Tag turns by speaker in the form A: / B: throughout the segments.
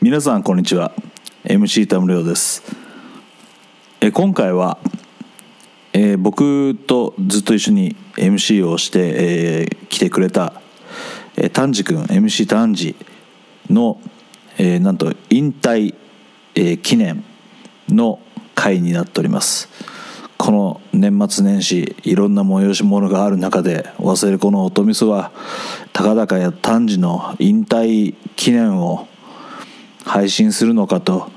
A: 皆さんこんにちは MC 田村亮ですえー今回は、えー僕とずっと一緒に MC をして、えー来てくれた、えー、丹治君 MC 丹治の、えーなんと引退、えー記念の会になっておりますこの年末年始いろんな催し物がある中で忘れ子の乙女はたかだかや丹治の引退記念を配信するのかと、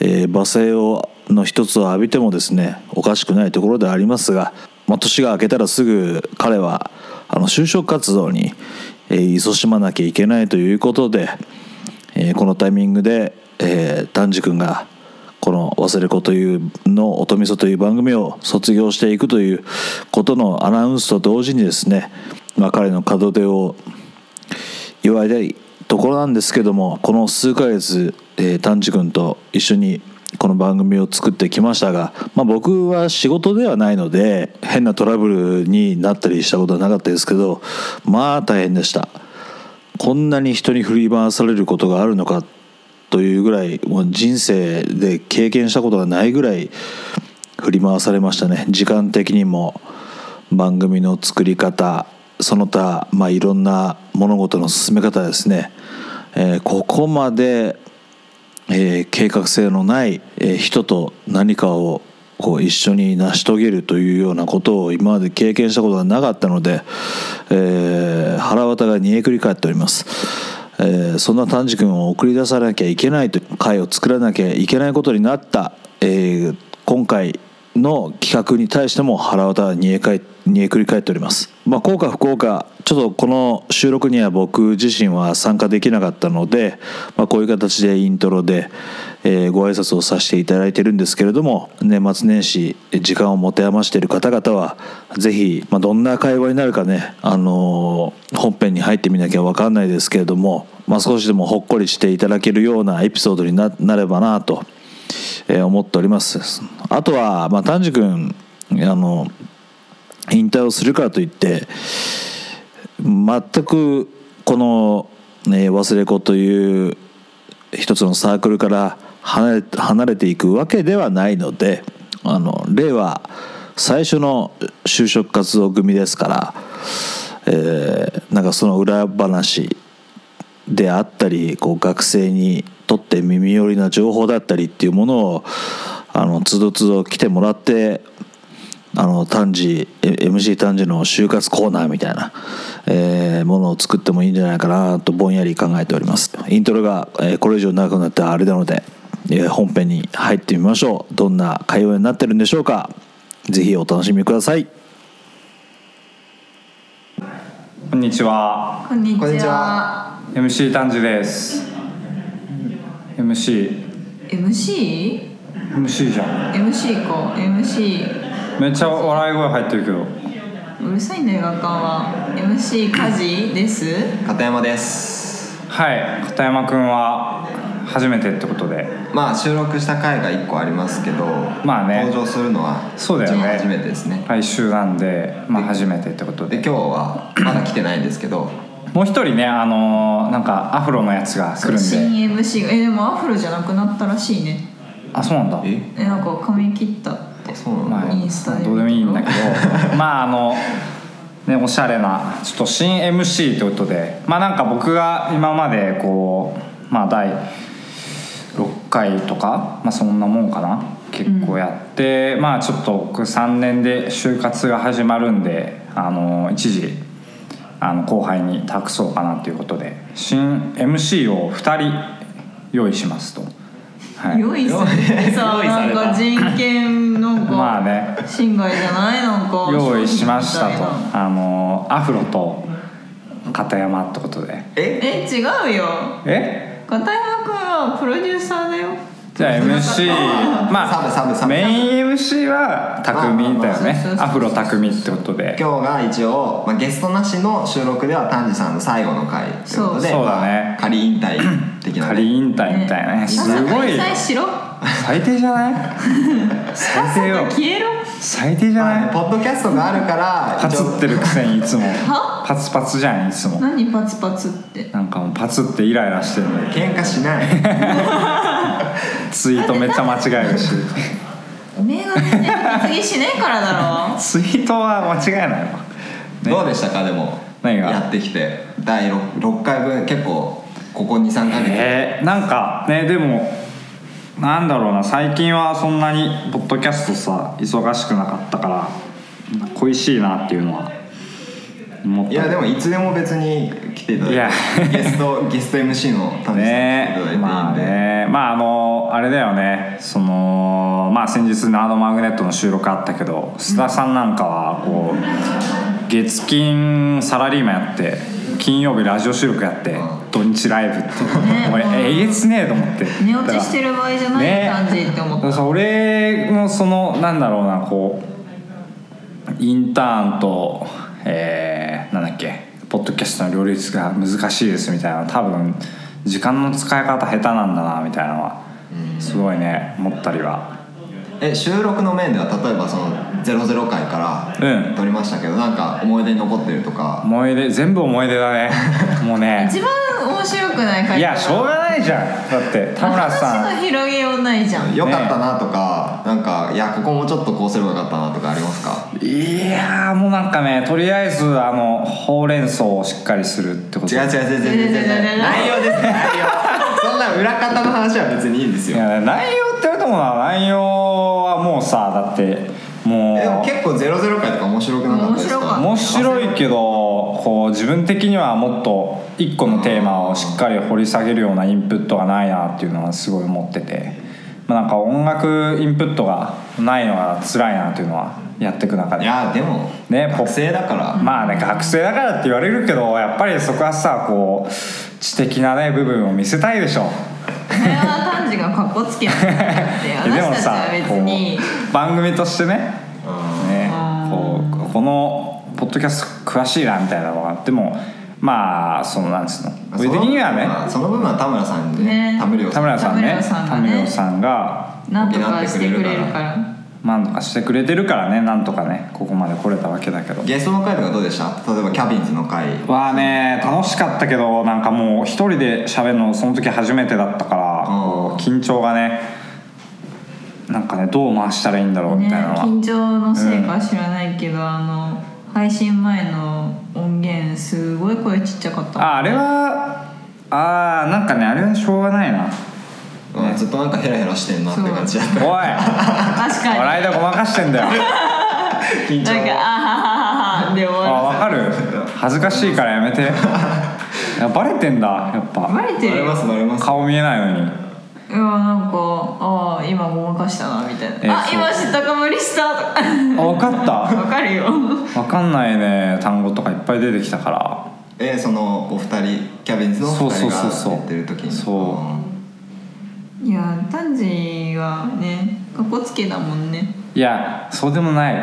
A: えー罵声をの一つを浴びてもですねおかしくないところではありますが、まあ、年が明けたらすぐ彼はあの就職活動に、えー、勤しまなきゃいけないということで、えーこのタイミングで、えー、丹治君がこの「忘れ子」というの「音みそ」という番組を卒業していくということのアナウンスと同時にですね、まあ、彼の門出を祝いたいところなんですけどもこの数ヶ月、えー、丹治君と一緒にこの番組を作ってきましたが、まあ、僕は仕事ではないので変なトラブルになったりしたことはなかったですけどまあ大変でしたこんなに人に振り回されることがあるのかというぐらいもう人生で経験したことがないぐらい振り回されましたね時間的にも番組の作り方その他、まあ、いろんな物事の進め方ですね、えーここまで、えー計画性のない、えー人と何かをこう一緒に成し遂げるというようなことを今まで経験したことがなかったので、えー腹渡が煮えくり返っております。えーそんな丹治君を送り出さなきゃいけないと会を作らなきゃいけないことになった、えー今回の企画に対しても腹渡は煮えかえ煮えくり返っております、まあ、効果不効果ちょっとこの収録には僕自身は参加できなかったので、まあ、こういう形でイントロで、えーご挨拶をさせていただいてるんですけれども年末年始時間を持て余している方々はぜひ、まあ、どんな会話になるかね、あのー本編に入ってみなきゃ分かんないですけれども、まあ、少しでもほっこりしていただけるようなエピソードにななればなとえー思っておりますあとは、まあ、丹治君あの引退をするからといって全くこの、ね忘れ子という一つのサークルから離れ離れていくわけではないのであの令和最初の就職活動組ですから、えーなんかその裏話であったりこう学生にとって耳寄りな情報だったりっていうものをあのつどつど来てもらってあの単時 MC 単時の就活コーナーみたいな、えーものを作ってもいいんじゃないかなとぼんやり考えておりますイントロが、えーこれ以上長くなったらあれなので、えー本編に入ってみましょうどんな会話になってるんでしょうかぜひお楽しみください
B: こんにちは
C: こんにちは。
D: こんにちは
B: MC 丹治です MCMC
C: MC?
B: MC じゃ
C: MC か MC
B: んめっちゃ笑い声入ってるけど
C: うるさいね映画館は MC 家事です
D: 片山です
B: はい片山くんは初めてってことで
D: まあ収録した回が1個ありますけど
B: まあね
D: 登場するのは
B: そうだよね
D: 初めてですね
B: 来週なんでまあ初めてってこと
D: で
B: で
D: 今日はまだ来てないんですけど
B: もう一人ねあのーなんかアフロのやつが来るん
C: 新
B: で
C: MC がえでもアフロじゃなくなったらしいね
B: あそうなんだ
D: え
C: えなんか髪切ったって
D: そうなの、
B: まあ
C: インスタで
B: どうでもいいんだけど まああのねおしゃれなちょっと新 MC ということでまあなんか僕が今までこうまあ第6回とかまあそんなもんかな結構やって、まあちょっと僕3年で就活が始まるんであの一時あの後輩に託そうかなということで新 MC を2人用意しますと。はい
C: 用意されてさ
D: 用意さ
C: なん
D: れた
C: か人権なん
B: まあ
C: か
B: ね
C: 侵害じゃないなんか
B: 用意しました
C: み
B: と
C: いな
B: あのアフロと片山ってことで
D: え
C: え違うよ
B: え
C: 片山くんはプロデューサーだよ
B: じゃあ MC まあ
D: サブサブサブ
B: メイン MC は匠だよね
C: まあまあまあ
B: アフロ匠ってことで
D: 今日が一応、まあ、ゲストなしの収録では丹治さんの最後の回ということで
B: そうそうだね
D: まあ仮引退的なね、
B: 仮引退みたいなねすごい
C: 朝開催しろ
B: 最低じゃない最低よ
C: 消えろ
B: 最最低じゃない、
D: まあねポッドキャストがあるから
B: パツってるくせにいつも
C: は
B: パツパツじゃんいつも
C: 何パツパツって
B: なんかもうパツってイライラしてるのに
D: 喧嘩しない
B: ツイートめっちゃ間違え るし
C: おめえが全然次しねえからだろ
B: ツイートは間違えないわ、ね
D: どうでしたかでも
B: 何が
D: やってきて第 6, 六回分結構ここ23か月、
B: えーなんかねでもなんだろうな最近はそんなにポッドキャストさ忙しくなかったから恋しいなっていうのは思った
D: いやでもいつでも別に来ていた
B: いや
D: だいてゲ ストゲスト MC の田辺
B: ね
D: さん来ていただいていいんで、
B: まあねまああのあれだよねそのまあ先日のあのマグネットの収録あったけど須田さんなんかはこう月金サラリーマンやって金曜日ラジオ収録やって
D: ん
B: 土日ライブって
C: ね
B: 俺
C: もう
B: えげつねえと思って
C: 寝落ちしてる場合じゃない感じって思
B: だ
C: っ
B: か
C: た、
B: らさ俺のそのなんだろうなこうインターンとえー、なんだっけポッドキャストの両立が難しいですみたいな多分時間の使い方下手なんだなみたいなのはすごいね思ったりは
D: え収録の面では例えばその00回から
B: うん
D: 撮りましたけど、なんか思い出に残ってるとか
B: 思い出全部思い出だ ねもうね
C: 一番面白くない回
B: いやしょうがないじゃんだって田村さ
C: 話
B: ん
C: の広げようないじゃん
D: 良かったなとか、なんかいやここもちょっとこうすればよかったなとかありますか
B: いやーもうなんかねとりあえずあのほうれん草をしっかりするってこと
D: 違う違う違う違う違う違う内容で す内容そんな裏方の話は別にいいんです
B: い
D: よ
B: や内容って言うともな内容はもうさだっても
D: えでも
B: う
D: 結構00回とか面白くなかったですか
C: 面白かった
B: 面白いけどこう自分的にはもっと一個のテーマをしっかり掘り下げるようなインプットがないなっていうのはすごい思ってて、まあ、なんか音楽インプットがないのが辛いなっていうのはやっていく中
D: い
B: で
D: やでも
B: ねポ
D: 学生だから、
B: まあね学生だからって言われるけどやっぱりそこはさこう知的なね部分を見せたいでしょ
C: それは炭治がかっこつけなんだって
B: いや でも
C: 私たち
B: さ
C: は別
B: こ
C: に
B: う番組としてねね
C: あ、
B: こうこのポッドキャスト詳しいなみたいなのがあってもまあそのなんつうの
D: まあ
B: 俺的にはね
D: その部分は田村さんに
C: ね
D: ね田村
B: 田村さんね
C: 田
B: 田
C: 村さんがね
B: 村さんが
C: なんとかしてくれるから
B: なんとかしてくれてるからねなんとかねここまで来れたわけだけど
D: ゲストの回とかどうでした例えばキャビンズの回
B: わあね楽しかったけどなんかもう一人で喋るのその時初めてだったから
D: うん
B: こう緊張がねなんかねどう回したらいいんだろうみ
C: ね
B: たいなのは、
C: 緊張のせいか知らないけど、あの配信前の音源すごい声ちっちゃかった
B: ああれはああなんかねあれはしょうがないな
D: うんずっとなんかヘラヘラしてんなって感じだっ
B: おい
D: た
C: 確かに
B: 笑いでごまかしてんだよ
D: 緊
C: なんか「あははは
D: 張
C: は」で終
B: あ
C: わ
B: わかる恥ずかしいからやめていやバレてんだやっ
C: るバ
B: ぱ
C: レて
D: バ
C: る
D: レ
C: よ
D: ますバレます
B: 顔見えないのに
C: いやなんかああ今ごまかしたなみたいな「
B: え
C: あ
B: そう
C: 今知ったかぶりした」 とか
B: あわかっ
C: わかるよ
B: たわかんないね単語とかいっぱい出てきたから
D: えそのお二人キャビンズのお
B: そう
D: 二
B: そ
D: 人
B: うそう
D: が
B: そう
D: 言ってる時に
B: そ
C: いや丹治はねかっこつけだもんね
B: いやそうでもない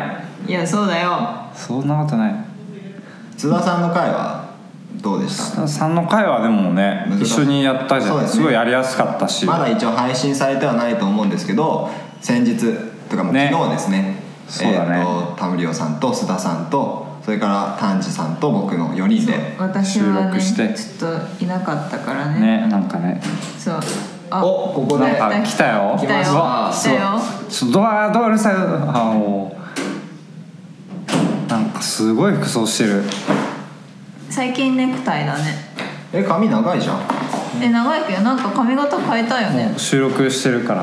C: いやそうだよ
B: そんなことない
D: 津田さんの回はどうでした
B: 3の回はでもね
D: 難しい
B: 一緒にやったじゃ,、
D: そうんですすね
B: ごいやりやすかったし、
D: まだ一応配信されてはないと思うんですけど先日とかもう
B: ね
D: 昨日ですね
B: そうだね
D: えーと田無オさんと須田さんとそれから丹治さんと僕の4人で
C: 私は
B: 収録
C: ね
B: して
C: ちょっといなかったからね
B: ねなんかね
C: そうあ
D: おここで
B: なんか来たよ
C: 来たよ
D: 来ま
C: 来
D: した
C: たよ
B: ちょっとドアドアうるさいあもうなんかすごい服装してる
C: 最近ネクタイだね
D: え髪長いじゃん
C: え長いけどなんか髪型変えたよね
B: 収録してるから
E: あ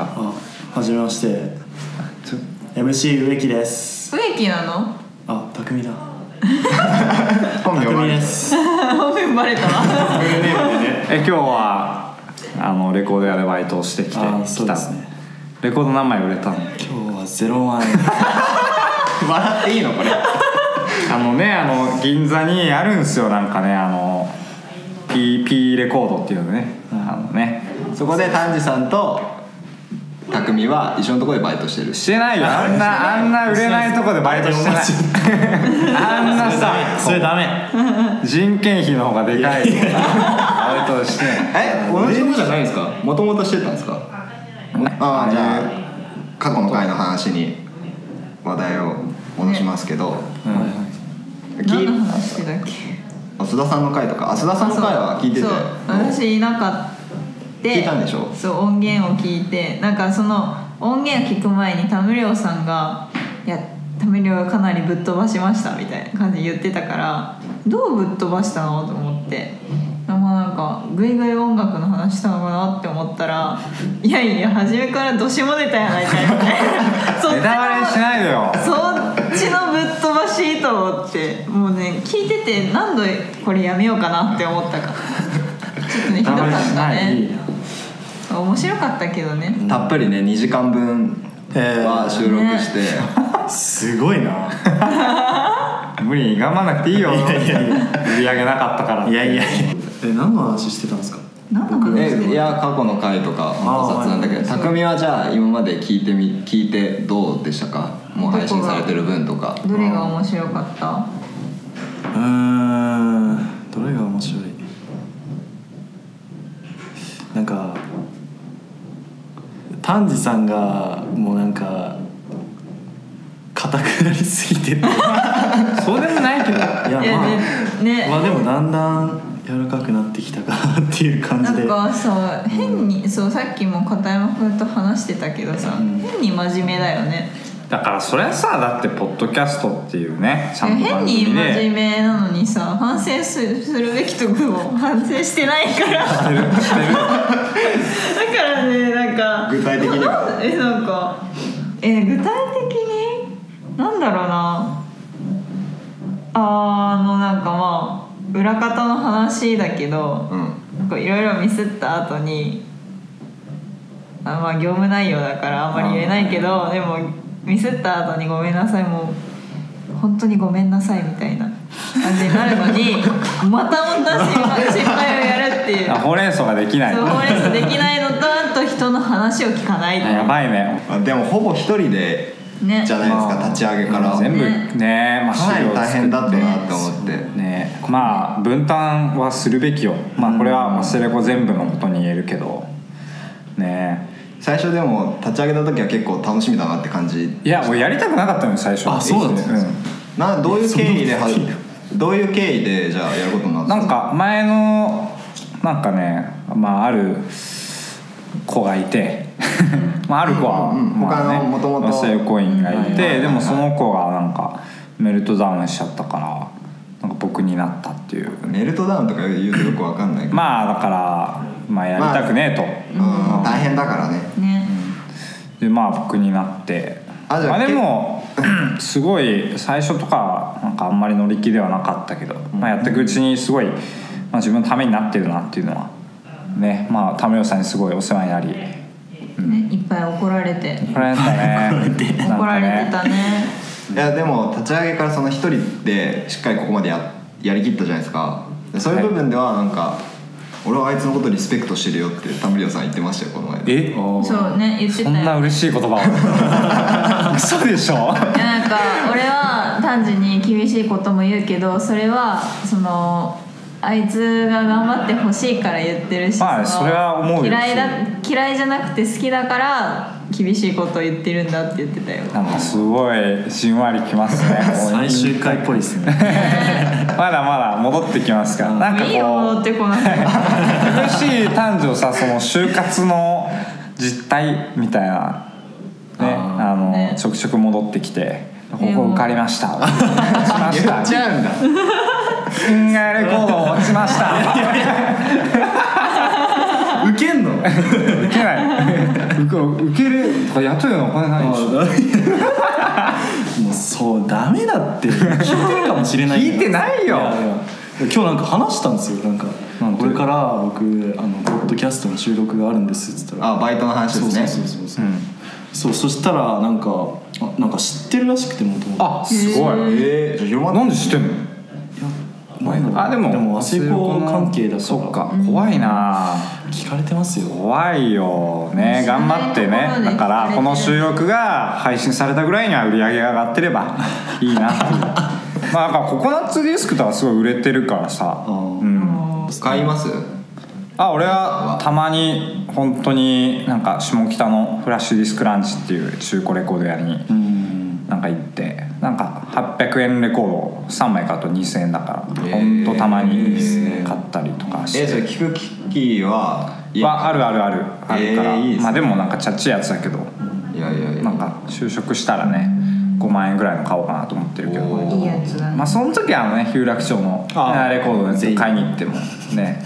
E: はじめまして
B: ちょ
E: MC 植木です
C: 植木なの
E: あ匠だ
D: 本名
E: 匠
D: は
E: です
C: バレた わ
E: フルネームでね
B: え今日はあのレコード屋でバイトをしてきて
E: あー
B: き
E: そう
B: た
E: ですね
B: レコード何枚売れたの
E: 今日はゼロワン
D: 笑っていいのこれ
B: あのねあの銀座にあるんすよなんかねあの PP レコードっていうのねあのね
D: そこで丹治さんと匠は一緒のところでバイトしてるし
B: してないよあんなあんな売れないとこでバイトして ないあんなさ
E: それダメ
B: 人件費の方がでかいバイトして
D: え同じとこじゃないんですかもともとしてたんですかああじゃあ過去の回の話に話題を戻しますけど、
C: 何
D: き
C: の話してたっけ
D: あ須田さんの回とかあ須田さんの回は聞いてて
C: そう私いなかった
D: 聞いたんでしょ
C: そう音源を聞いてなんかその音源を聞く前にタムリョウさんが「いやタムリョウかなりぶっ飛ばしました」みたいな感じで言ってたからどうぶっ飛ばしたのと思って。まあなんかグイグイ音楽の話したのかなって思ったらいやいや初めからどしもネタやないかいみたいな そっちの
B: ネタバレしないでよ
C: そっちのぶっ飛ばしと思ってもうね聞いてて何度これやめようかなって思ったかちょっとね ひどかった
E: いい
C: ね
E: な
C: 面白かったけどね
D: たっぷりね2時間分は収録して、
E: すごいな
B: 無理に頑張らなくていいよ
E: いやいやい
B: 売り上げなかったから
E: いやいやいやえ何の話してたんですか
C: 何の 話して
D: えい
C: る
D: や過去の回とか
E: あー
D: 考察なんだけど匠はじゃあ今まで聞いてみ聞いてどうでしたかもう配信されてる分とか
C: どれが面白かった
E: うーんどれが面白いなんか丹治さんがもうなんか硬くなりすぎて ていや
B: そうでもないけど
E: まあ
C: いやねね
E: まあでもだんだん柔らかくなってきたかなっていう感
C: な
E: じで
C: んかさ変にそうさっきも片山君と話してたけどさ変に真面目だよね
B: だからそれはさだってポッドキャストっていうねちゃんと
C: 変
B: 番
C: に
B: 組で
C: 真面目なのにさ反省すするべきとこも 反省してないからだからねなんか
D: 具体的には
C: なえなんかえ具体的になんだろうなあーあのなんかまあ裏方の話だけど
D: うん
C: なんかいろいろミスった後にあまあ業務内容だからあんまり言えないけどでもミスった後に「ごめんなさいもう本当にごめんなさい」みたいな感じになるの にまた同じ失敗をやるっていう
B: あほうれん草ができない
C: そうほうれん草できないのとあと人の話を聞かないっていう
B: やばいね
D: あでもほぼ一人で
C: ね
D: じゃないですか、
B: まあ
D: 立ち上げから
B: 全部
C: ね
B: ねまあ
D: かな
B: 資
D: り
B: 料
D: 大変だったなって思って、
B: ねまあ分担はするべきよまあこれは忘れ子全部のことに言えるけどね
D: 最初でも立ち上げた時は結構楽しみだなって感じ
B: いや俺やりたくなかったのよ最初
E: あそうなんですか
D: などういう経緯ではどういう経緯でじゃあやることになった
B: なんか前のなんかねまあある子がいて まあある子は、
D: うんうん
B: まあね、
D: 他の元々
B: 女性コインがいて、
D: うん
B: でもその子がなんかメルトダウンしちゃったからなんか僕になったっていう
D: メルトダウンとか言うとよくわかんないけど、
B: まあだから、まあ、やりたくねえと、
D: うん、大変だからね
C: ね
B: でまあ僕になって
D: あじゃ
B: ま
D: あ
B: でもすごい最初とかなんかあんまり乗り気ではなかったけど、まあ、やっていくうちにすごい、まあ、自分のためになってるなっていうのはねまあタメオさんにすごいお世話になり
C: ねいっぱい怒られて
B: 怒られたねなん
C: 怒
B: から
C: れ
B: ね
C: てたね
D: いやでも立ち上げからその一人でしっかりここまでややりきったじゃないですかでそういう部分ではなんか、俺はあいつのことリスペクトしてるよってタムリオさん言ってましたよこの前
B: え
C: そうね言っ
B: そ
C: てた
B: ん
C: よ
B: な嬉しい言葉を 嘘でしょ
C: いやなんか俺は単純に厳しいことも言うけどそれはそのあいつが頑張ってほしいから言ってるし、
B: まあ
C: の
B: それは思うよ
C: 嫌いだ嫌いじゃなくて好きだから厳しいことを言ってるんだって言ってたよ
B: なんかすごいじんわりきますね
E: 最終回っぽいですね
B: まだまだ戻ってきますからなんかこう
C: いいよ戻ってこなく て
B: 苦しい男女さその就活の実態みたいなねあの
C: ね
B: ちょくちょく戻ってきて「ここ
C: でも
B: 受かりました」「落ちました」
D: ゃうんだ
B: 「銀河レコード落ちました」
E: ウケんの
B: 受けない受け受けるとか雇うのお金ないでしょ
E: もうそうダメだって聞いてるかもしれないけど
B: 聞いてないよ
E: やいや今日なんか話したんですよなんか
B: なんて
E: これから僕あのポッドキャストの収録があるんですっつったら
D: あバイトの話
E: そう
D: です
E: そ
D: ね
E: うそうそうそう,、そうそしたらなんかあなんか知ってるらしくてもともと
B: あすごい
D: えー、じゃあ広まっ
B: なんで知ってんのあでも
E: でも和製工関係だから
B: そっか怖いな
E: 聞かれてますよ
B: 怖いよね
C: 知ら
B: 頑
C: ない
B: 張ってね
C: ところで
B: だからこの
C: 聞かれ
B: 収
C: てる
B: 録が配信されたぐらいには売り上げが上がってれ ばいいなっていうまあなんかココナッツディスクとかすごい売れてるからさ、うん、
D: 買います
B: あ俺はたまに本当になんか下北のフラッシュディスクランチっていう中古レコード屋に、
E: うん
B: なんか行ってなんか800円レコードを3枚買うと2000円だから、
D: へ
B: ほ
D: ー
B: んとたまに
D: いいっすね
B: 買ったりとかして、
D: えそれ聞く機器は家に
B: はあるあるあるあるから、
D: えーいいっすね
B: まあでもなんかちゃっちいやつだけど
D: いやいやいや
B: なんか就職したらね5万円ぐらいの買おうかなと思ってるけど
D: おー
C: いいやつだね
B: まあその時はあのね有楽町の
A: あー
B: レコードのやつを買いに行ってもね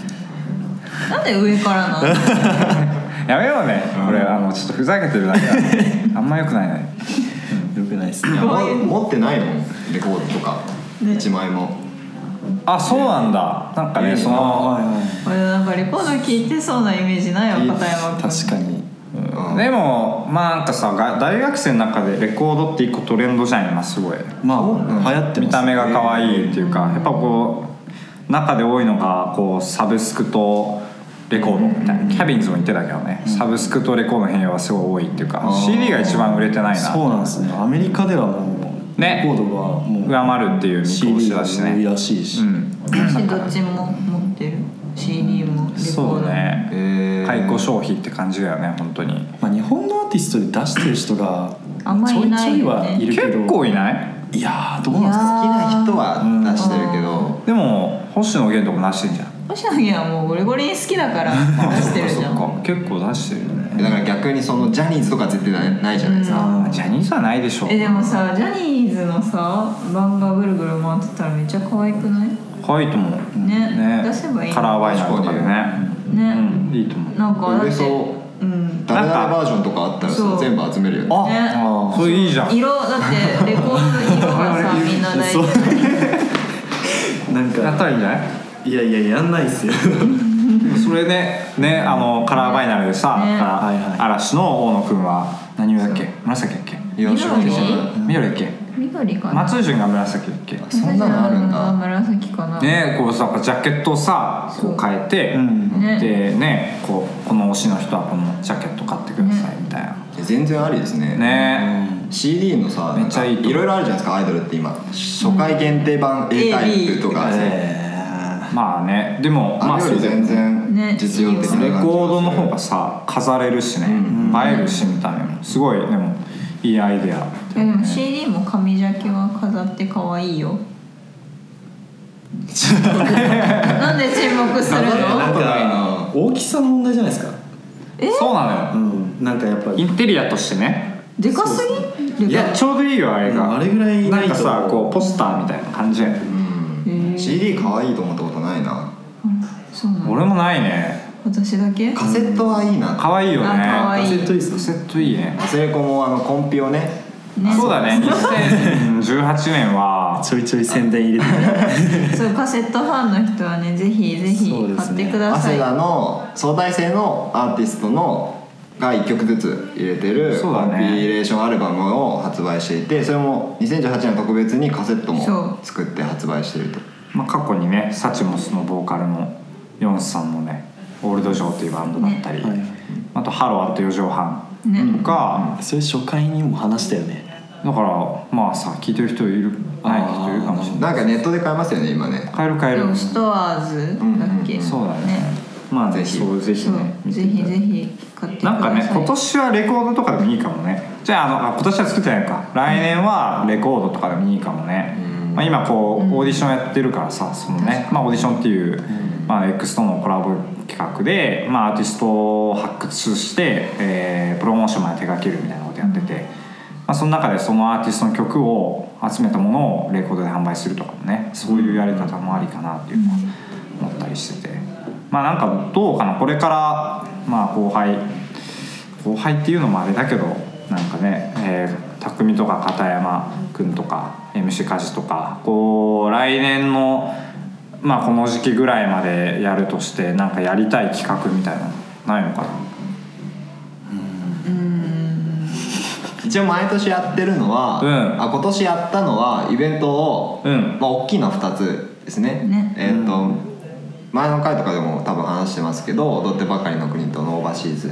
C: なんで上からなの
B: やめようねこれあのちょっとふざけてるだけ だあんまよくないね
E: よくないっすね
D: いや
C: こう
D: も
C: いう
D: 持ってないもんレコードとか
C: ね
D: 一枚も
B: あそうなんだなんか
D: い
B: ね
D: いな
B: その
C: 俺なんかレコード聴いてそうなイメージないわ片山君
E: 確かに
D: うん
B: でもまあなんかさが大学生の中でレコードって一個トレンドじゃん今すごい
E: まあ流行ってます
B: 見た目が可愛いっていうかやっぱこう中で多いのがこうサブスクとレコードみたいなキャビンズも言ってたけどねサブスクとレコードの併用はすごい多いっていうか
D: あー
B: CD が一番売れてないな
E: そうなんですねアメリカではもう
B: ね
E: レコードはもう
B: 上回るっていう見通
E: CD
B: し
E: が
B: だしね
E: 多いらしいし、
B: うん
C: 私どっちも持ってる CD もレコード
B: そう
D: え
B: ね
D: ー
B: 解雇消費って感じだよね本当に
E: まあ、日本のアーティストで出してる人が
C: あんま
E: ちょ
C: い
E: い
C: な
E: ちょ
C: い
E: い
C: よね
E: はいるけど
B: 結構いない
E: いやーどうなんですか
D: 好きな人は出してるけど
B: でも星野源とか出してんじゃん
C: 星野源はもうゴリゴリに好き だから出してるじゃん
B: そっか結構出してるよね
D: だから逆にそのジャニーズとか絶対ないないじゃないですか、
B: ジャニーズはないでしょ
C: えでもさジャニーズのさ番がぐるぐる回ってたらめっちゃ可愛くない
B: 可愛いと思う
C: ね出せばいい
B: カラーワインとかでね
C: ね
B: うんいいと思う
C: なんかだっ
D: 売れ
C: て
D: そううん誰々バージョンとかあったらそ
C: そう
D: う全部集めるよね
B: あ
C: ね
B: あそれいいじゃん
C: 色だってレコードの色がさみんな大事
E: そうなん
B: やっ
E: か
B: たらいいんじゃない
E: いやいややんないっすよ
B: それでねあのカラーバイナルでさ
C: ね
B: カラー
E: はいはい
B: 嵐の大野くんは何色だっけ紫だっけ
D: いや
C: 緑
D: 知らない知らない
B: 緑だっけ
C: 緑かな
B: 松潤が紫だっけ
D: そんなのあるん
C: 松潤
D: だ
C: は紫かな
B: ねこうさジャケットをさこう変えて、
E: ん
C: ね
B: でねこうこの推しの人はこのジャケット買ってくださいみたいな、
D: 全然ありですね
B: ね
D: CD のさ
B: めっちゃいい
D: なんかいろいろあるじゃないですかアイドルって今初回限定版 A タイプとかさ、
E: え
B: まあねでもま
D: あ
B: あ
D: れ
B: そ
D: より
B: うだよ
D: 全
B: ね
C: ね
D: 然実用的な感じ
B: レ
D: がする
B: コードの方がさ飾れるしね、映えるし見た目もすごいでもいいアイデア
C: いやでも CD も紙ジャケは飾って可愛いよなんで沈黙する
E: なん
C: の
E: か大きさの問題じゃないですか
C: え
B: そうな
E: う
B: のよ
E: んなんかやっぱ
B: インテリアとしてね
C: でかすぎ
B: い
C: でか
B: やちょうどいいよあれ
E: うん
B: が
E: あれぐらい
B: な
E: なんい
B: か
E: と
B: さこうポスターみたいな感じやね
D: うん
C: へえ
D: CD 可愛いと思ったことないな
C: そうなの
B: 俺もないね
C: 私だけ
D: カセットはいいな
B: 可愛いよね
C: あ可愛い
E: カセットいいっす
B: カ
E: ね
B: セットいいね
D: セレコもあのコンピをね
C: ね
B: そうだね2018年は
E: ちょいちょい宣伝入れて
C: そうカセットファンの人はねぜひぜひ
E: そうで
C: 買
E: す
C: っ
E: ね
C: てくださ
D: 早
C: い、
D: 稲田の相対性のアーティストのが1曲ずつ入れてる
B: そう
D: コ
B: だ
D: ン
B: ね
D: ピレーションアルバムを発売していてそれも2018年は特別にカセット
C: そう
D: も作って発売してると
B: まあ、過去にねサチモスのボーカルのヨンスさんもねオールドジョーというバンドだったり、
E: ねはい
B: あと「ハローアット4畳半」
C: ね
B: とか、
E: それ初回にも話したよね
B: だからまあさ聞いてる人いるない人いるかもしれない
D: なんかネットで買えますよね今ね
B: 買える買え
C: で
B: る
C: もストアーズだっけ、
D: うんうん
B: そうだねまあ
D: ぜ
B: ぜひ
D: ひ
B: そうぜひ
C: そう
B: ね見て
C: ぜ
B: い
C: ひ
B: ただ
C: ぜ
B: いて
C: ひ買ってください
B: なんかね今年はレコードとかでもいいかもねじゃああのあ今年は作ってないのか来年はレコードとかでもいいかもね、
D: うん
B: まあ、今こうオーディションやってるからさそのね、まあ、オーディションっていう、まあ、X とのコラボ企画で、まあ、アーティストを発掘して、えープロモーションまで手掛けるみたいなことやってて、まあ、その中でそのアーティストの曲を集めたものをレコードで販売するとかもねそういうやり方もありかなっていうのは思ったりしててまあなんかどうかなこれから、まあ、後輩後輩っていうのもあれだけどなんかね、えー、匠とか片山君とか MC 家事とかこう来年の、まあ、この時期ぐらいまでやるとしてなんかやりたい企画みたいなのないのかな
D: 一応毎年やってるのは、
B: うん
D: あ今年やったのはイベントを、
B: うん
D: まあ、大きいのは2つですね
C: ね
D: えっ、と、前の回とかでも多分話してますけど「踊ってばかりの国」と「ノーバシーズ」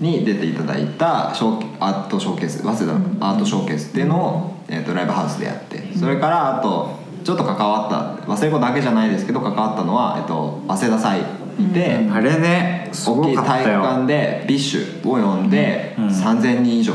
D: に出ていただいたショーアートショーケース早稲田のアートショーケースっていうのを、えー、とライブハウスでやってそれからあとちょっと関わった早稲子だけじゃないですけど関わったのは、えっと早稲田祭にて、
B: あれねす
D: 大
B: ご
D: きい
B: かっ
D: 体
B: た
D: 育館
B: よ
D: でビッシュを呼んで、3000人以上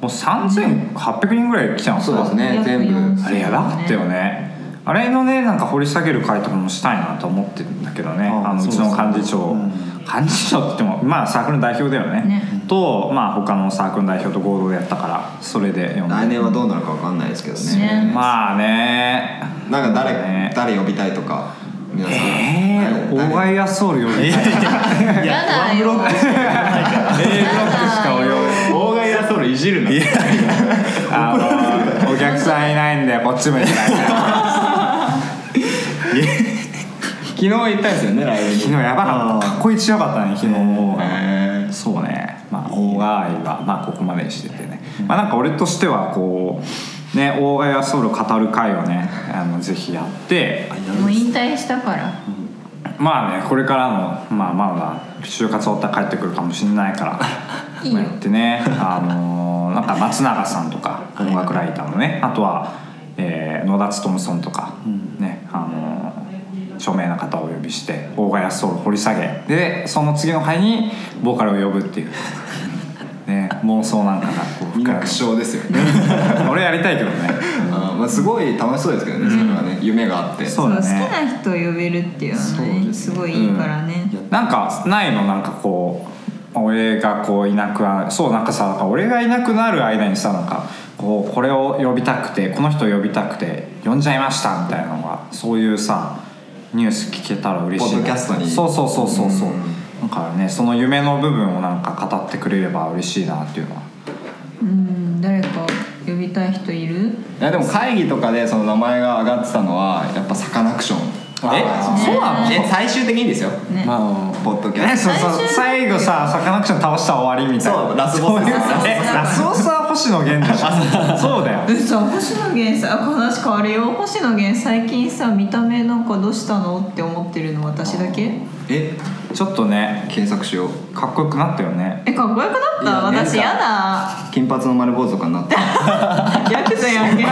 B: う3800人ぐらい来ちゃうん
D: そうですね
C: 約
D: 全部
B: あれやばかったよ
C: ね
B: ねあれのねなんか掘り下げる会とかもしたいなと思ってるんだけどね
E: あ
B: あのう
E: そうで
B: ち
E: すね
B: の幹事長、
E: うん
B: 幹事長って言ってもまあサークルの代表だよね
C: ね
B: と、まあ、他のサークルの代表と合同でやったからそれで呼んで
D: 来年はどうなるかわかんないですけどね
C: ね
B: まあね
D: なんか誰,、
B: ね
D: 誰呼びたいとか皆さん、
B: えー、
D: 誰
B: 大
D: 誰
B: 林やソウルより
C: やだよ
B: えーブロックしか俺を
E: 妨害やそれいじるのいや
B: あのお客さんいないんでこっち向いてない
D: 昨日行ったんですよねライブに
B: 昨日やばかったかっこいい強かったね昨日もう
D: へー
B: そうねまあ大川愛はまあここまでしててね、まあなんか俺としてはこうね大川愛はソウルを語る会をねあのぜひやって
C: もう引退したから
B: まあねこれからもまあまだ就活終わったら帰ってくるかもしれないから
C: いいよ
B: まあやってねあのーなんか松永さんとか音楽ライターのねあとは、えー野田勉さんとか、ねあのー著名な方をお呼びして大賀康を掘り下げでその次の回にボーカルを呼ぶ っていう、ね、妄想なんかがこう
D: みん
B: 膨ら
D: な
B: む
D: 苦笑ですよね
B: 俺やりたいけどね
D: あーまあすごい楽しそうですけどね、それはね夢があって
B: そうだね
C: 好きな人を呼べるっていうのはねすごいいいからね、
B: なんかないのなんかこう俺がこういなくなそうなんかさなんか俺がいなくなる間にさなんかこうこれを呼びたくてこの人を呼びたくて呼んじゃいましたみたいなのがそういうさニュース聞けたら嬉しいな
D: ポッドキャストに
B: そうそうそうそうそう
D: うん
B: なんかねその夢の部分をなんか語ってくれれば嬉しいなっていうのは
C: うん誰か呼びたい人いる
D: いやでも会議とかでその名前が上がってたのはやっぱサカナクション
B: あ
D: え
B: ーそうなの
D: え最終的にですよ
C: ね、
E: まあ
D: ポッドキャ
B: ね、
D: スト
B: そうそう最後さサカナクション倒したら終わりみたいな
D: そうラスボス
B: そういうえラスボスは星野源で しょそうだよ
C: 嘘星野源さんあ話変わるよ星野源最近さ見た目なんかどうしたのって思ってるの私だけ
D: え
B: ちょっとね
D: 検索しよう
B: かっこよくなったよね
C: えかっこよくなった
D: いや
C: 私やだ
D: 金髪の丸坊主とかになって
C: やけたやんけ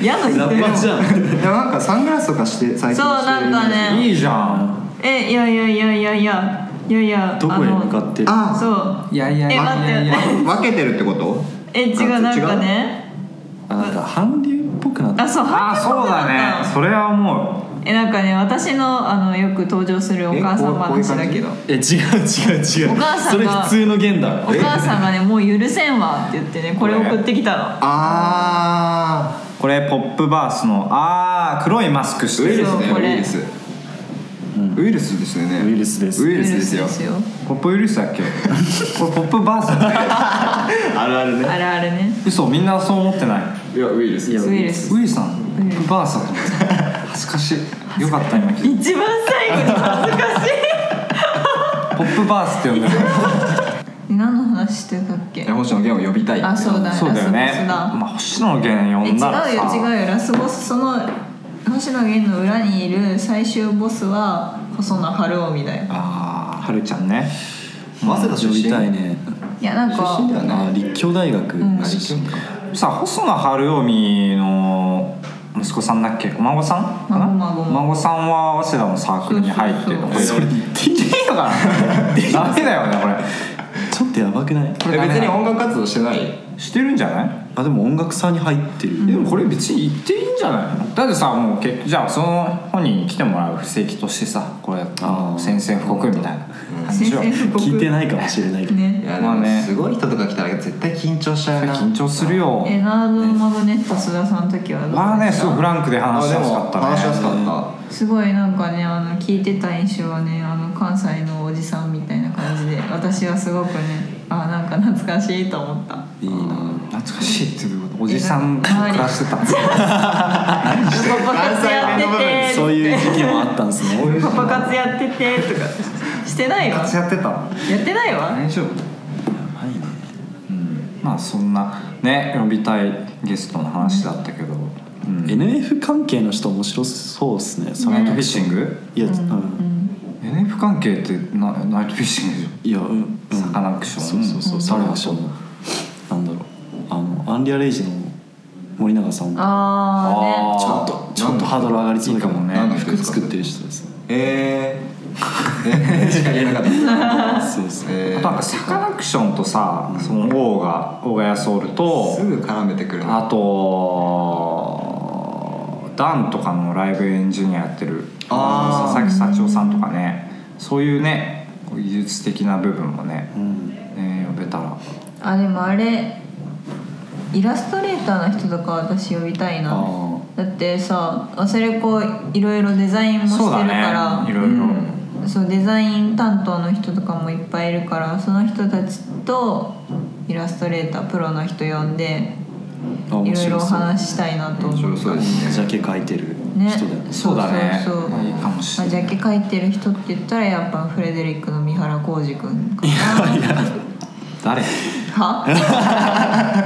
C: 嫌な人
E: ラッパじゃん
D: いやなんかサングラスとかして最近
C: そう
D: してる
C: なんかね
B: いいじゃん
C: えいやいやいやいやいやいやいや
E: どこへ向
C: っ
E: かってる
D: あ
C: そう
B: いやいやい
C: え
B: や
C: 待って
B: いやいや
D: 分けてるってこと
C: え違うなんかね
E: あなんか韓流っぽくなった
C: あそう
B: あそうだねそれは思
C: えなんかね私のあのよく登場するお母さん
D: えこうこういう
C: 話
D: 感じ
C: だけど
E: え違う違う違う
C: お母さんが
E: それ普通の弦だ
C: お母さんがね「もう許せんわ」って言ってねこれ送ってきたの
D: あ
B: うこれポップバースのああ黒いマスクし
D: ーウ
B: て
D: イル
B: る
D: スね
C: そうこ
D: ウ
C: れ
D: イルス、ウイルスですよね
E: ウイルスです
D: ウイルスですよ
B: ポップウイルスだっ けこれポップバースだっ
D: あるある
C: あるあるね
B: け嘘みんなそう思ってない
D: いやウイルスです
C: ウイルス
B: ウイさんポップバースだと思ってた恥ずかしいよかった今聞い
C: 一番最後に恥ずかしい
B: たポップバースって呼んでる
C: 何の話してたっけ
D: え星野源を呼びたいって
C: あそうだ
B: そうだよ
C: ラスボ
B: ね
C: スだ
B: まあ星野源
C: え
B: 呼んだらさ
C: 違うよ違うよラスボスその星野源の裏にいる最終ボスは細野晴臣だよ
B: ああはるちゃんね
D: 早稲田出
E: 呼び
D: 身
E: たいね
C: いやなんか
D: 出身だよね
E: あ立教大学
C: ん
E: 出身
B: さあ細野晴臣の息子さんだっけお孫さんかな
C: 孫孫
B: 孫さんは早稲田のサークルに入ってる
C: そう
B: それ言っていいのかなダメだよね
E: ちょっとやばくない
B: これ
D: え別に
B: こ
D: 音楽活動してない
B: れしてるんじゃない
E: あでも音楽さんに入ってる
B: でもこれ別に言っていいんじゃないのだってさもうけじゃあその本人に来てもらう布石としてさこれ
E: あー
B: 宣戦布告みたいな感
C: 先
B: じよ
C: 生布告
E: 聞いてないかもしれないけど
D: い
C: ね
D: やで
B: まあ
D: も
B: ね
D: すごい人とか来たら絶対緊張しちゃうな
B: 緊張するよ
C: エナード・マグネット須田さんの時はどう
B: まあねすごいフランクで
D: あ
B: 話し
D: で
B: やす
D: も
B: かったね
D: 話しやすかった
C: すごいなんかねあの聞いてた印象はねあの関西のおじさんみたいな感じで私はすごくねあなんか懐かしいと思 った
E: いいな
B: 懐かしいっていうことおじさんと暮らしてた
C: パパ活やってて
E: そういう時期もあったんですね
C: パパ活やっててとかしてないわや
B: やってた
C: ってないわ
B: 大丈夫まあそんなね呼びたいゲストの話だったけど、うん、エ
E: NF 関係の人面白そうですねその
B: ナイトフィッシング
E: いや、うん
B: ？NF 関係ってなナイトフィッシングでし
E: いやうん、うん、
B: サカナクション
E: そうそうそうサカナクションのなんだろうあのアンリアレイジの森永さんち
C: あ
B: あー
E: ょっとちょっとハードル上がりそうだけど
B: いいかもね
E: 服作ってる人ですね
D: ええしか言えなかった そうですね
B: あとなんかサカナクションとさその王が大賀康オルと
D: すぐ絡めてくるな
B: あとダンとかのライブエンジニアやってる
D: あ
B: 佐々木幸男さんとかねそういうねこう技術的な部分もね、えー呼べたら
C: あでもあれイラストレーターの人とか私呼びたいな
E: あ
C: だってさアセレコいろいろデザインもしてるから
B: いろいろ、
C: うんそうデザイン担当の人とかもいっぱいいるからその人たちとイラストレータープロの人呼んで
E: あ
C: いろい
E: 面
C: ろ
E: 白
C: お
E: そう
C: 話したいなと
D: 面
C: 思
D: 白
C: う
D: そうですね
E: ジャケ描いてる人
C: ね
E: だよね
B: そうだね
C: そうそうそう
B: いいかもし
C: まあ、
B: れ
C: ジ
B: ない
C: ャケ描いてる人って言ったらやっぱフレデリックの三原浩二君か
B: 誰
C: は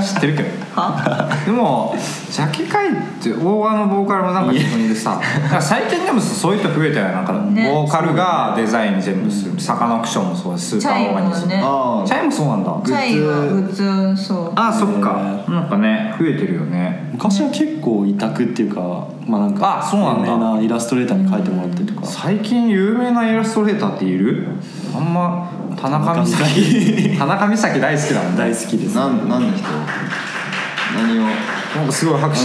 B: 知ってるけど
C: は
B: でもジャケ界って大和のボーカルもなんか自分で さなんか最近でもそういう人増えたよねなんか
C: ね
B: ボーカルがデザイン全部するサカナクションもそうだしスー
C: チ
B: パー
C: ャイ
B: オーガニ
C: ム
B: ズ
C: も
B: ム
C: ね
D: あ
B: チャイもそうなんだ
C: チャイムはグッズそう
B: あそっ
E: へ
B: かなんかね増えてるよね
E: 昔は結構委託っていうかまあなんか
B: あそうなんだ
E: 有名なイラストレーターに描いてもらったりとか
B: 最近有名なイラストレーターっているあんま田中美咲田中美咲大好きだもんね
E: 大好きです
D: なん何の人何を
B: なんかすごい拍手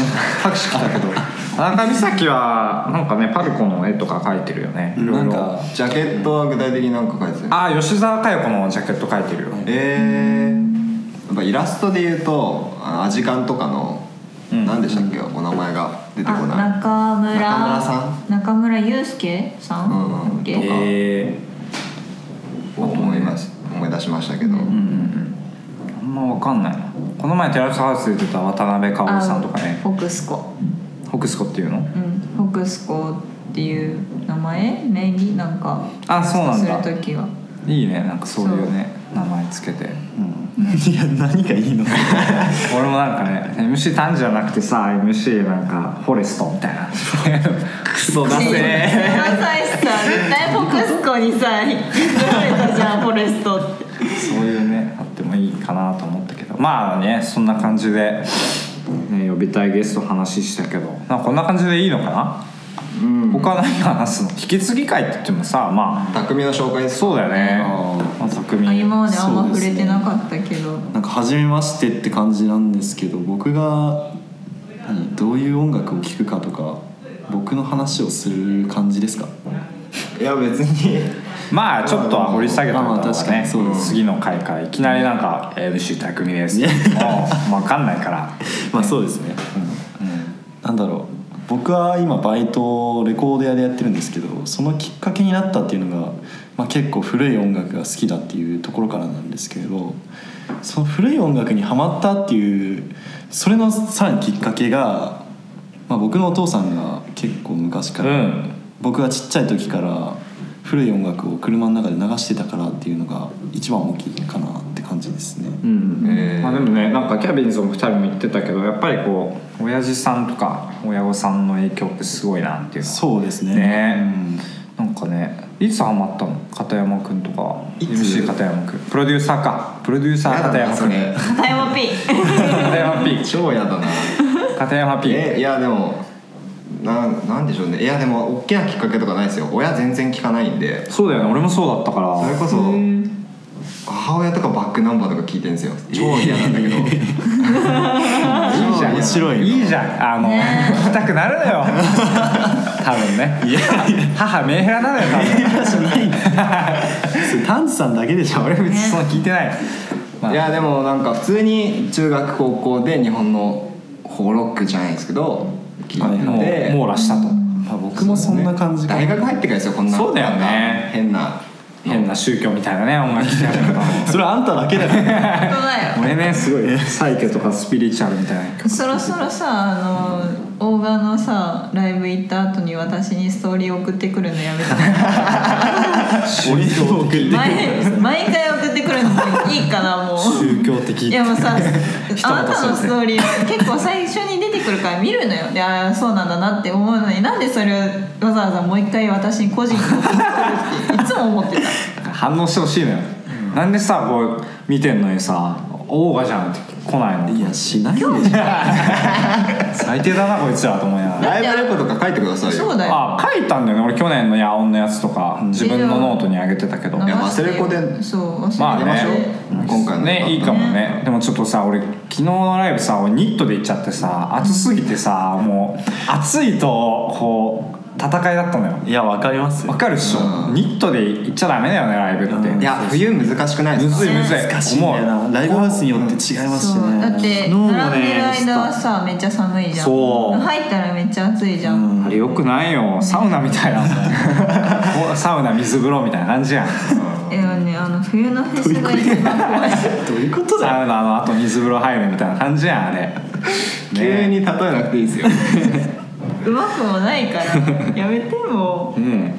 B: 拍手来たけど田中美咲はなんかねパルコの絵とか描いてるよねいろ
E: ないん
B: ろ
E: か
D: ジャケットは具体的に何か書いてたよね
B: ああ吉沢佳代子のジャケット描いてるよ、
D: えー、やっぱイラストで言うとあのアジカンとかの、
B: うん
D: 何でしたっけお名前が出てこ
C: あ
D: ない
C: 中村
D: 中村さ
C: 中村祐介さん、
D: うんう
C: だっ
D: ん
C: け
D: とか
B: え
D: 思います思い出しましたけど、
B: ー、うんうんうんあんまわかんないなこの前テラスハウスで出てた渡辺香織さんとかね
C: あフォクスコ
B: ホクスコっていうの
C: うんフォクスコっていう名前名義なんか
B: あそうなんだ
C: する時はい
B: いねなんかそういうね名前つけて、
E: いや何がいいの
B: 俺もなんかね MC 単じゃなくてさ MC なんかフォレストみたいなクソだ
C: ね
B: せ
C: え絶対フォクスコにさ 引きずられたじゃんフォレストって
B: そういうねあってもいいかなと思ったけどまあねそんな感じで、ね、呼びたいゲスト話したけどなんかこんな感じでいいのかな、
D: うん
B: 他何話すの引き継ぎ会って言ってもさま
D: 匠の紹介で
B: あ
D: す
B: そうだよね
E: あ
B: まあ匠
C: 今まであんま触れてなかったけど、
E: なんか初めましてって感じなんですけど僕が何どういう音楽を聴くかとか僕の話をする感じですか
D: いや別に
B: まあちょっとは掘り下げたこと
E: まあまあ
B: が
E: 確か
B: ね
E: にそうです
B: 次の回からいきなりなんか「MC 匠です」もう分かんないから
E: まあそうですね、なんだろう僕は今バイトをレコード屋でやってるんですけどそのきっかけになったっていうのが、まあ、結構古い音楽が好きだっていうところからなんですけれどその古い音楽にハマったっていうそれのさらにきっかけが、まあ、僕のお父さんが結構昔か
B: う
E: ら、
B: ん
E: 僕がちっちゃい時から古い音楽を車の中で流してたからっていうのが一番大きいかなって感じですね。
B: うん
D: えー
B: まあ、でもねなんかキャビンズの2人も言ってたけどやっぱりこう親父さんとか親御さんの影響ってすごいなっていうの
E: そうですね
B: ねなんかねいつハマったの片山くんとか
D: いつ
B: MC 片山くんプロデューサーかプロデューサー片山くん
D: やだな
C: 片山 P
B: 片山ピー
D: それ超やだな
B: 片山ピー
D: えいやでもなんなんでしょうねいやでも大きなきっかけとかないですよ親全然聞かないんで
B: そうだよね俺もそうだったから
D: それこそ母親とかバックナンバーとか聞いてんですよ超嫌なんだけど
B: いいじゃん
E: 面白いない
B: いじゃんあの、聞きたくなるのよ多分ね母メンヘラなのよ多分
E: じゃないんだ それ丹治さんだけでしょ
B: 俺別にそんな聞いてない、まあ
D: いやでもなんか普通に中学高校で日本のホーロックじゃないですけど聞いてて、
B: もう網羅したと
E: まあ僕もそんな感じかな
D: 大学入ってからですよこんな
B: そうだよね
D: なんか変な
B: 変な宗教みたいなね音楽聴き始 めたの
E: それはあんただけだから
C: 本当だよ
B: 俺ねすごいサイケとかスピリチュアルみたいな
C: そろそろさあのオーガのさライブ行った後に私にストーリー送ってくるのやめた
E: 俺にも送ってくる
C: 毎毎回送ってくるのもいいかなもう
B: 宗教的
C: いやもうさあなたの
B: そうです
C: ス
B: ね
C: トーリー結構最初に出てくるから見るのよでああそうなんだなって思うのになんでそれをわざわざもう一回私に個人に送ってくるっていつも思ってた
B: 反応してほしいのよ、なんでさこう見てんのにさオーガじゃんって来ないの
E: いやしないでしょ
B: 最低だなこいつらと思いながら
D: ライブレポとか書いてくださいよ
C: そうだよ
B: あ書いたんだよね俺去年のヤオンのやつとか自分のノートにあげてたけど
C: 流して
D: や忘れ子で
C: そう忘れ子で
B: まあ
D: あげましょう今回の
B: ねいいかもねでもちょっとさ俺昨日のライブさ俺ニットで行っちゃってさ暑すぎてさもう暑いとこう戦いだったのよ
E: いやわかりますよ
B: わかるっしょ、
D: うん
B: ニットで行っちゃダメだよねライブって、
E: うん
D: いや冬難しくないです
B: む
D: か
B: ずいむずい
E: 難しいんだよ
B: 思う
E: なライブハウスによって違いますし
C: そう
E: ね
C: だって
E: 昨日も
C: 並んでる間は
E: ス
C: さめっちゃ寒いじゃん
B: そう
C: 入ったらめっちゃ暑いじゃん、
E: うん
B: あれよくないよサウナみたいなこうサウナ水風呂みたいな感じやん
C: えでもねあの冬のフェスが一番怖い
E: タどういうことだよ
B: サウナの後水風呂入るみたいな感じやんあれ、ね
D: 急に例えなくてい いですよ
C: うまくもないからやめても
B: うん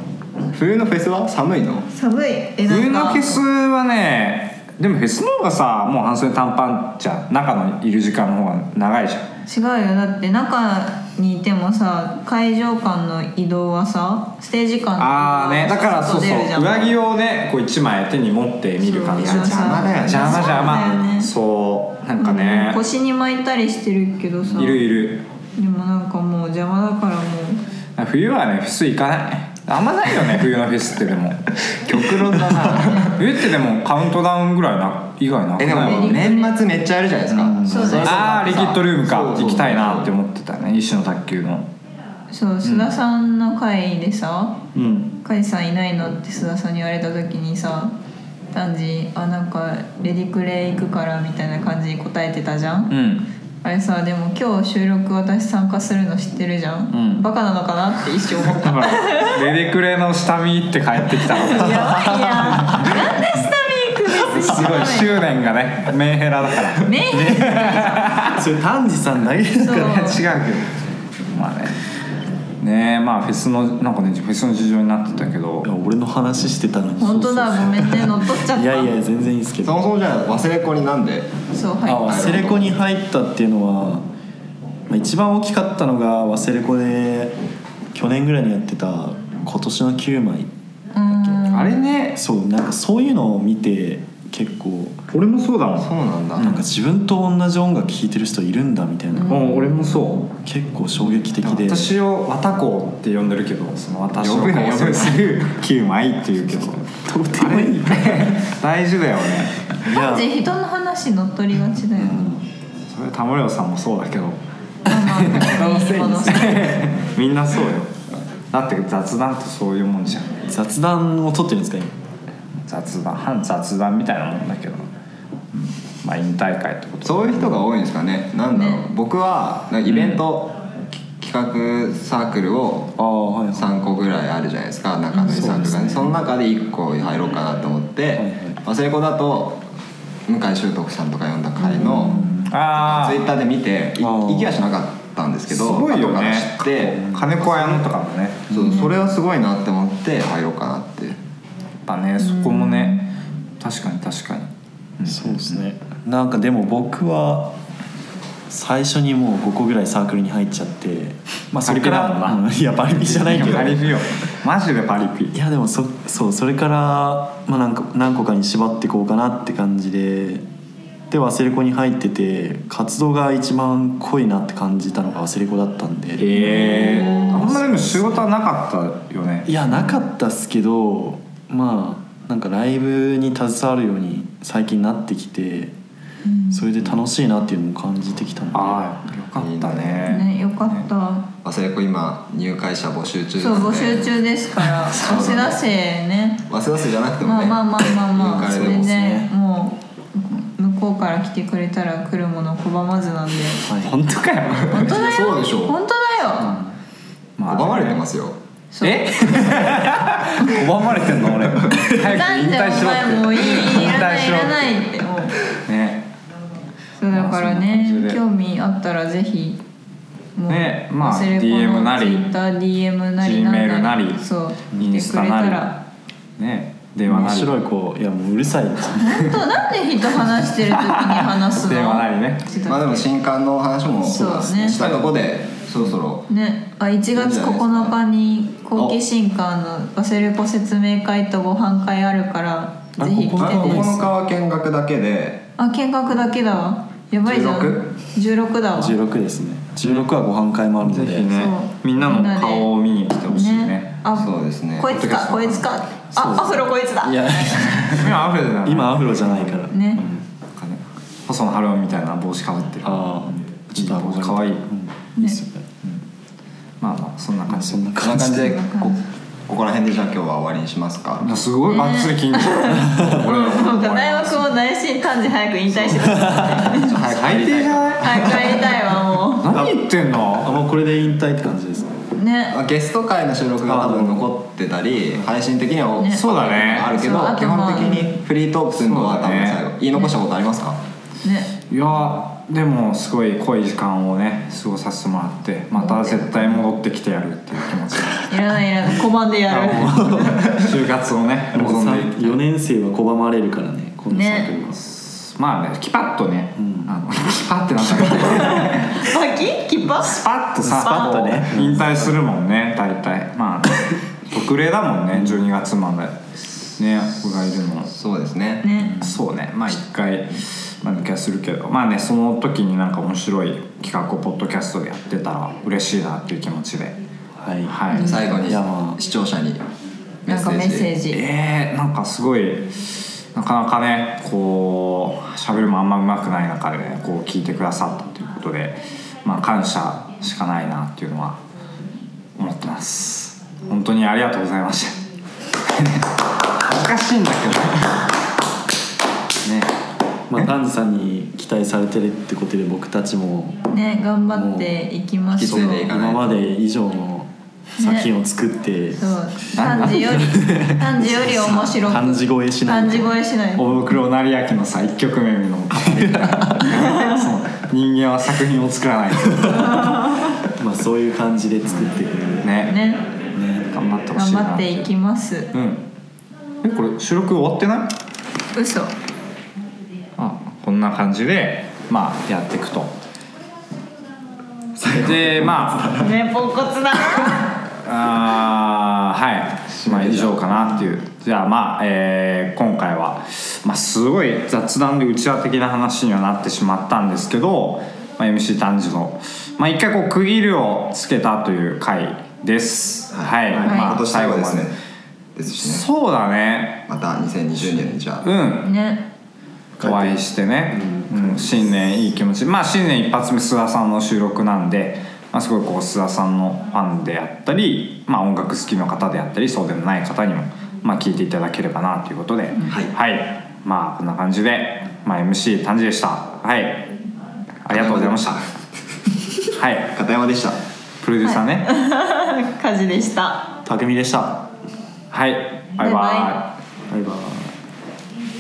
D: 冬のフェスは寒いの
C: う寒いえなんか
B: 冬のフェスはねでもフェスの方がさもう半袖短パンじゃん中のいる時間の方が長いじゃん
C: 違うよだって中にいてもさ会場間の移動はさステージ間の移動は
B: ああねだからそうそう
C: 外出るじゃん
B: 上着をねこう一枚手に持って見る感じ
C: そうそうそう
D: 邪魔だよね
B: 邪魔邪
C: そうだよ
B: 魔
C: ね
B: そうなんか
C: う
B: ね
C: ん腰に巻いたりしてるけどさ
B: いるいる
C: でもなんかもう邪魔だからもう
B: 冬はねフェス行かないあんまないよ ね冬のフェスってでも
D: 極論だな
B: 冬ってでもカウントダウンぐらいな以外なく
D: えで
B: ない
D: も年末めっちゃあるじゃないですか、
C: そうだよ
B: ああリキッドルームか
D: そうそうそう
B: 行きたいなって思ってたね石の卓球の
C: そう須田さんの会でさ
B: うん
C: 「カイさんいないの?」って須田さんに言われた時にさ丹治あなんかレディクレ行くからみたいな感じに答えてたじゃん、
B: うん
C: あれさでも今日収録私参加するの知ってるじゃん、
B: うん
C: バカなのかなって一瞬思っ
B: だ
C: た
B: からレデクレの下見って帰ってきたの
C: やばいやんなんでスタミンクです
B: すごい執念がねメンヘラだから
C: ね
E: それ丹治さん投げる
C: そう
E: から
B: 違うけどまあねねえまあフェスのなんかねフェスの事情になってたけど
E: いや俺の話してたのに
C: 本当だごめんね乗っ取っちゃった
E: いやいや全然いいですけ
D: そ
E: ど
D: もそもじゃあ忘れ子になんで
C: そう
E: あ
C: は
E: 忘れ子に入ったっていうのは、まあ、一番大きかったのが忘れ子で去年ぐらいにやってた「今年の9枚
C: いうん
B: あれね」
E: そうなんかそういうのを見て結構
B: 俺もそうだも
D: そうなんだ、
E: なんか自分と同じ音楽聴いてる人いるんだみたいな、
B: ん、うん、俺もそう
E: 結構衝撃的で
B: 私を「わたこ」って呼んでるけどその私を
D: 呼ぶな呼ぶな
B: 構成する「9枚」っていうけど
E: と てもいい
B: 大事だよね
E: い
C: マ
E: や
C: ジ人の話乗っ取りがちだよね、
B: それタモリオさんもそうだけど
C: まあまあい いものさ
B: みんなそうよだって雑談ってそういうもんじゃん
E: 雑談を撮ってるんですか今
B: 雑談反雑談みたいなもんだけど、うんまあ引退会ってこと
D: そういう人が多いんですかねなんだろう、
C: ね
D: 僕はなんかイベント、き企画サークルを
E: ああはいはい
D: 3個ぐらいあるじゃないですか中のサークルがねその中で1個入ろうかなと思って、
E: い
D: 忘れ子だと向井秀徳さんとか呼んだ回の
B: ああ
D: ツイッターで見てい
E: あー
D: 行きはしなかったんですけ
B: す
D: ど
B: ごいよ
D: 後から
B: ね
D: 知って
B: 金子綾乃とかもねやっ
D: そうそれはすごいなって思って入ろうかなって
B: ぱねそこもね確かに確かに
E: そうですねなんかでも僕は最初にもう5個ぐらいサークルに入っちゃってまあそれから
B: パリピだもんな
E: うんいやパリピじゃないけど
B: パリピよマジでパリピ
E: いやでもそそうそれから、まあ、なんか何個かに縛っていこうかなって感じでで忘れ子に入ってて活動が一番濃いなって感じたのが忘れ子だったんで
B: えあんまでも仕事はなかったよね
E: いやなかったっすけどまあなんかライブに携わるように最近なってきてそれで楽しいなっていうのも感じてきたので
B: ああよかったね
C: ねよかった
D: 忘れ子今入会者募集中です
C: そう募集中ですから
D: そうだね
C: 早稲田生ね
D: 早稲田生じゃなくても
C: まあ
D: ね、
C: まあまあまあまあ
D: 入
C: そ
D: 会で
C: れ
D: も
C: でもう向こうから来てくれたら来るもの拒まずな んで
E: はい
B: 本当かよ
C: 本当だよ
D: そうでしょ
C: 本当だよ
D: 拒まれてますすよ
C: そう
B: え拒まれてんの俺早く
C: なん
B: 引
C: でお
B: 退しろ
C: 前もういいい
B: って
C: らないいら
B: っ
C: ないってもう
B: てね
C: そうだから
B: まあそんな感じ
C: ね
B: で
C: 興味あったらぜひもう
B: ねまあ
C: 忘れ子の
B: DM なり
C: TwitterDM なりなん
B: Gmail なり
C: そう
B: イ
C: 来
B: ン
C: て
B: ス
C: く
B: タ
C: れたら
B: なりね電話
E: 面
B: なり
E: 白い子いやもううるさいです
C: 本当なんで人話してる時に話すの
B: 電話なりね
D: まあでも新刊の話も
C: そうだね
D: したとこでそろそろ
C: ね、あ1月9日に好奇心館の忘れ子説明会とご飯会あるから
E: あ
C: ぜひ来て
E: ここ
D: あ
E: な
D: の
E: ん
C: ね
E: だ
D: 9日は見学だけで
C: あ見学だけだわやばいじゃん
D: 16?
C: 16だわ
E: 十六ですね。十六はご飯会もあるの
B: ぜ
E: で、
B: ひね
C: そう
B: みんなの顔を見に来てほしいね
C: あ
D: そうですね
C: こいつかこいつか
E: そうです
C: あアフロこいつだ
E: いや
B: 今アフレだな
E: 今アフロじゃないから。
C: ね
B: なんかね細野晴臣みたいな帽子かぶってる
E: ああ、ちょっと憧れた
B: かわいい
E: うんいいっすよね。
B: まあまあそんな感じ
E: そん
D: そ
E: な
D: ん
E: 感
D: な
E: じ
D: 感じ
E: で。
D: でこここら辺でじゃあ今日は終わりにしますか
B: いやすごいバッチリ緊張俺
C: な
B: は
C: んか大学も内心幹事早く引退してください
D: 早
B: 最
D: く帰
B: 低
D: り
B: じ
D: たい
B: ゃない
C: 早く帰りたいわも
B: 何言ってん
E: あ、
B: の
E: もうこれで引退って感じですね。
C: うね
D: まあゲスト会の収録が多分残ってたり配信的には
C: ね
B: そうだね
D: あるけど
C: そうあ
D: 基
C: とまあ
D: 本的にフリートークするのは多分
B: そう
D: 最
B: だ
D: 後
B: ね
D: 言い残したことありますか
C: ね
B: いやでもすごい濃い時間をね過ごさせてもらってまた絶対戻ってきてやるっていう気持ちで
C: いらないいらない小判でやる
B: 就活をね望んでいきたい
E: 四年生は拒まれるからね。このサークルは。
B: まあねキパッとね、
E: ん
B: あのキパッてなったけど
C: パキキッパ
B: スパッとさ
C: スパッ
E: とね
B: 引退するもんね大体まあ特例だもんね12月までね僕がいるの
D: そうですね
C: ね
B: そうねまあ一回まあ抜けはするけどまあねその時になんか面白い企画をポッドキャストでやってたら嬉しいなっていう気持ちで
E: はい。
B: はい、
D: 最後に
E: いやまあ
D: 視聴者にメ
C: な
D: ッ
C: ん
D: セ
C: かメッ
D: ージ
C: セージ
B: えー、なんかすごいなかなかねこう喋るもあんま上手くない中で、ね、こう聞いてくださったということで、まあ、感謝しかないなっていうのは思ってます本当にありがとうございました 恥ずかしいんだけどね
E: まあ、丹治さんに期待されてるってことで、僕たちも。
C: ね頑張っていきましょう
D: もう引き継いでいかない
E: 今まで以上の作品を作って、
C: そう漢字より漢字より面白く
E: 漢字超えしない
C: 漢字超えしない
B: 大黒成明のさ1曲目の語りみたいなそう人間は作品を作らない
E: まあそういう感じで作ってくれる、
B: ね
C: ね
B: 頑張ってほし
C: 頑
B: いな
C: 張っていきます
B: うんえこれ収録終わってない
C: 嘘
B: あこんな感じでまあやっていくとでまあ
C: ねポンコツだ
B: あーはい、まあ、以上かなっていうじゃあまあ、えー今回は、まあ、すごい雑談で内輪的な話にはなってしまったんですけど、まあ、MC 炭治の、まあ、一回こう区切りをつけたという回ですはい、
C: い
B: まあ
D: 今年最後ですね
B: 最後ま
D: です
B: で
D: しね
B: そうだね
D: また2020年にじゃあ
B: うん
C: ね
B: お会いしてね、うん新年いい気持ちまあ新年一発目須田さんの収録なんで、まあ、すごいこう須田さんのファンであったり、まあ、音楽好きの方であったりそうでもない方にも、まあ、聞いていただければなということで、はい、まあこんな感じで、まあ、MC 丹治でしたはいありがとうございましたはい
D: 片山でした
B: プロデューサーね
C: 家事でした
E: 匠でした
B: はい、バイバ
C: バイ
B: イ
C: バイ
E: バイバイ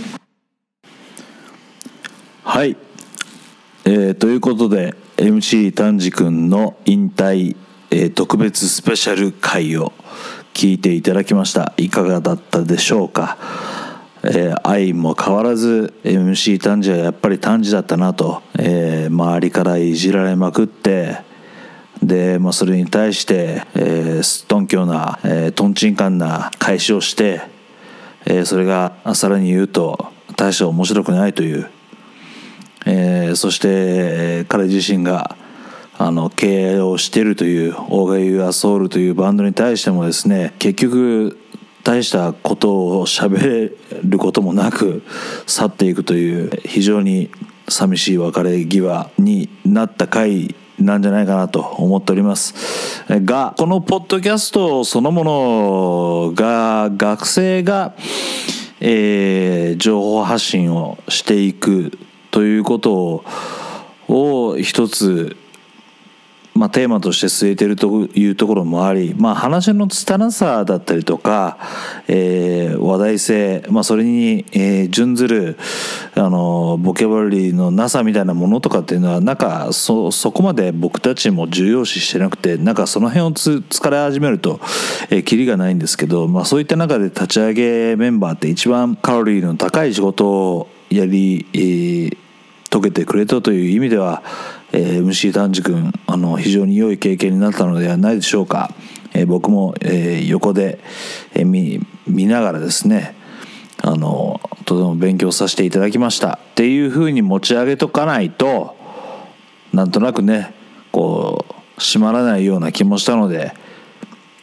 A: はい、えーということで MC 丹治くんの引退、えー特別スペシャル回を聞いていただきましたいかがだったでしょうか、えー愛も変わらず MC 丹治はやっぱり丹治だったなと、えー周りからいじられまくってで、まあ、それに対して、えーすっとんきょうな、えーとんちんかんな返しをして、えーそれがさらに言うと大して面白くないというえーそしてえー彼自身があの経営をしているというオーガユアソウルというバンドに対してもですね結局大したことを喋ることもなく去っていくという非常に寂しい別れ際になった回なんじゃないかなと思っておりますえがこのポッドキャストそのものが学生が、えー情報発信をしていくということをを一つ、まあ、テーマとして据えてるというところもあり、まあ、話の拙さだったりとか、えー話題性、まあ、それに、えー準ずるあのボキャブラリーのなさみたいなものとかっていうのはなんかそそこまで僕たちも重要視してなくてなんかその辺をつ疲れ始めると、えーキリがないんですけど、まあ、そういった中で立ち上げメンバーって一番カロリーの高い仕事をやり、えー解けてくれたという意味では、えー MC 丹治君あの非常に良い経験になったのではないでしょうか、えー僕も、えー横で、えー見見ながらですねあのとでも勉強させていただきましたっていうふうに持ち上げとかないとなんとなくねこう締まらないような気もしたので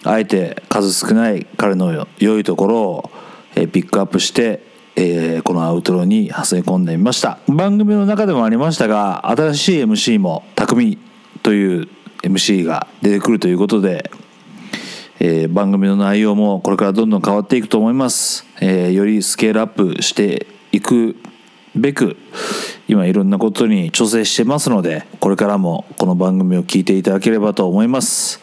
A: あえて数少ない彼の良いところを、えーピックアップして、えーこのアウトロに挟み込んでみました番組の中でもありましたが新しい MC も匠という MC が出てくるということでえー番組の内容もこれからどんどん変わっていくと思います、えーよりスケールアップしていくべく今いろんなことに調整してますのでこれからもこの番組を聞いていただければと思います、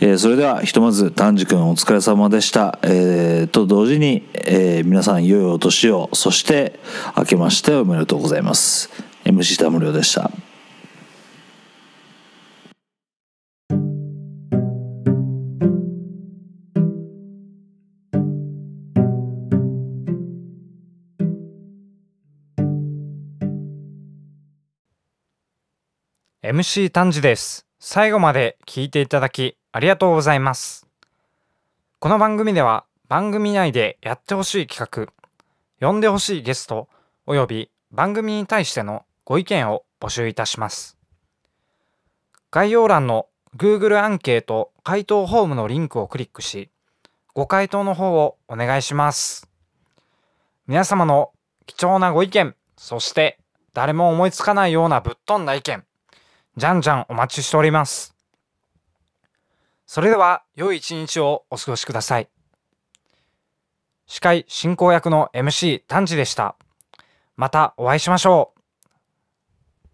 A: えーそれではひとまず丹治くんお疲れ様でした、えーと同時に、えー皆さん良いお年をそして明けましておめでとうございます MC 田無良でした
F: う MC 丹治です最後まで聞いていただきありがとうございますこの番組では番組内でやってほしい企画呼んでほしいゲストおよび番組に対してのご意見を募集いたします概要欄の Google アンケート回答フォームのリンクをクリックしご回答の方をお願いします皆様の貴重なご意見そして誰も思いつかないようなぶっ飛んだ意見じゃんじゃんお待ちしております。それでは、良い一日をお過ごしください。司会進行役の MC 丹治でした。またお会いしましょう。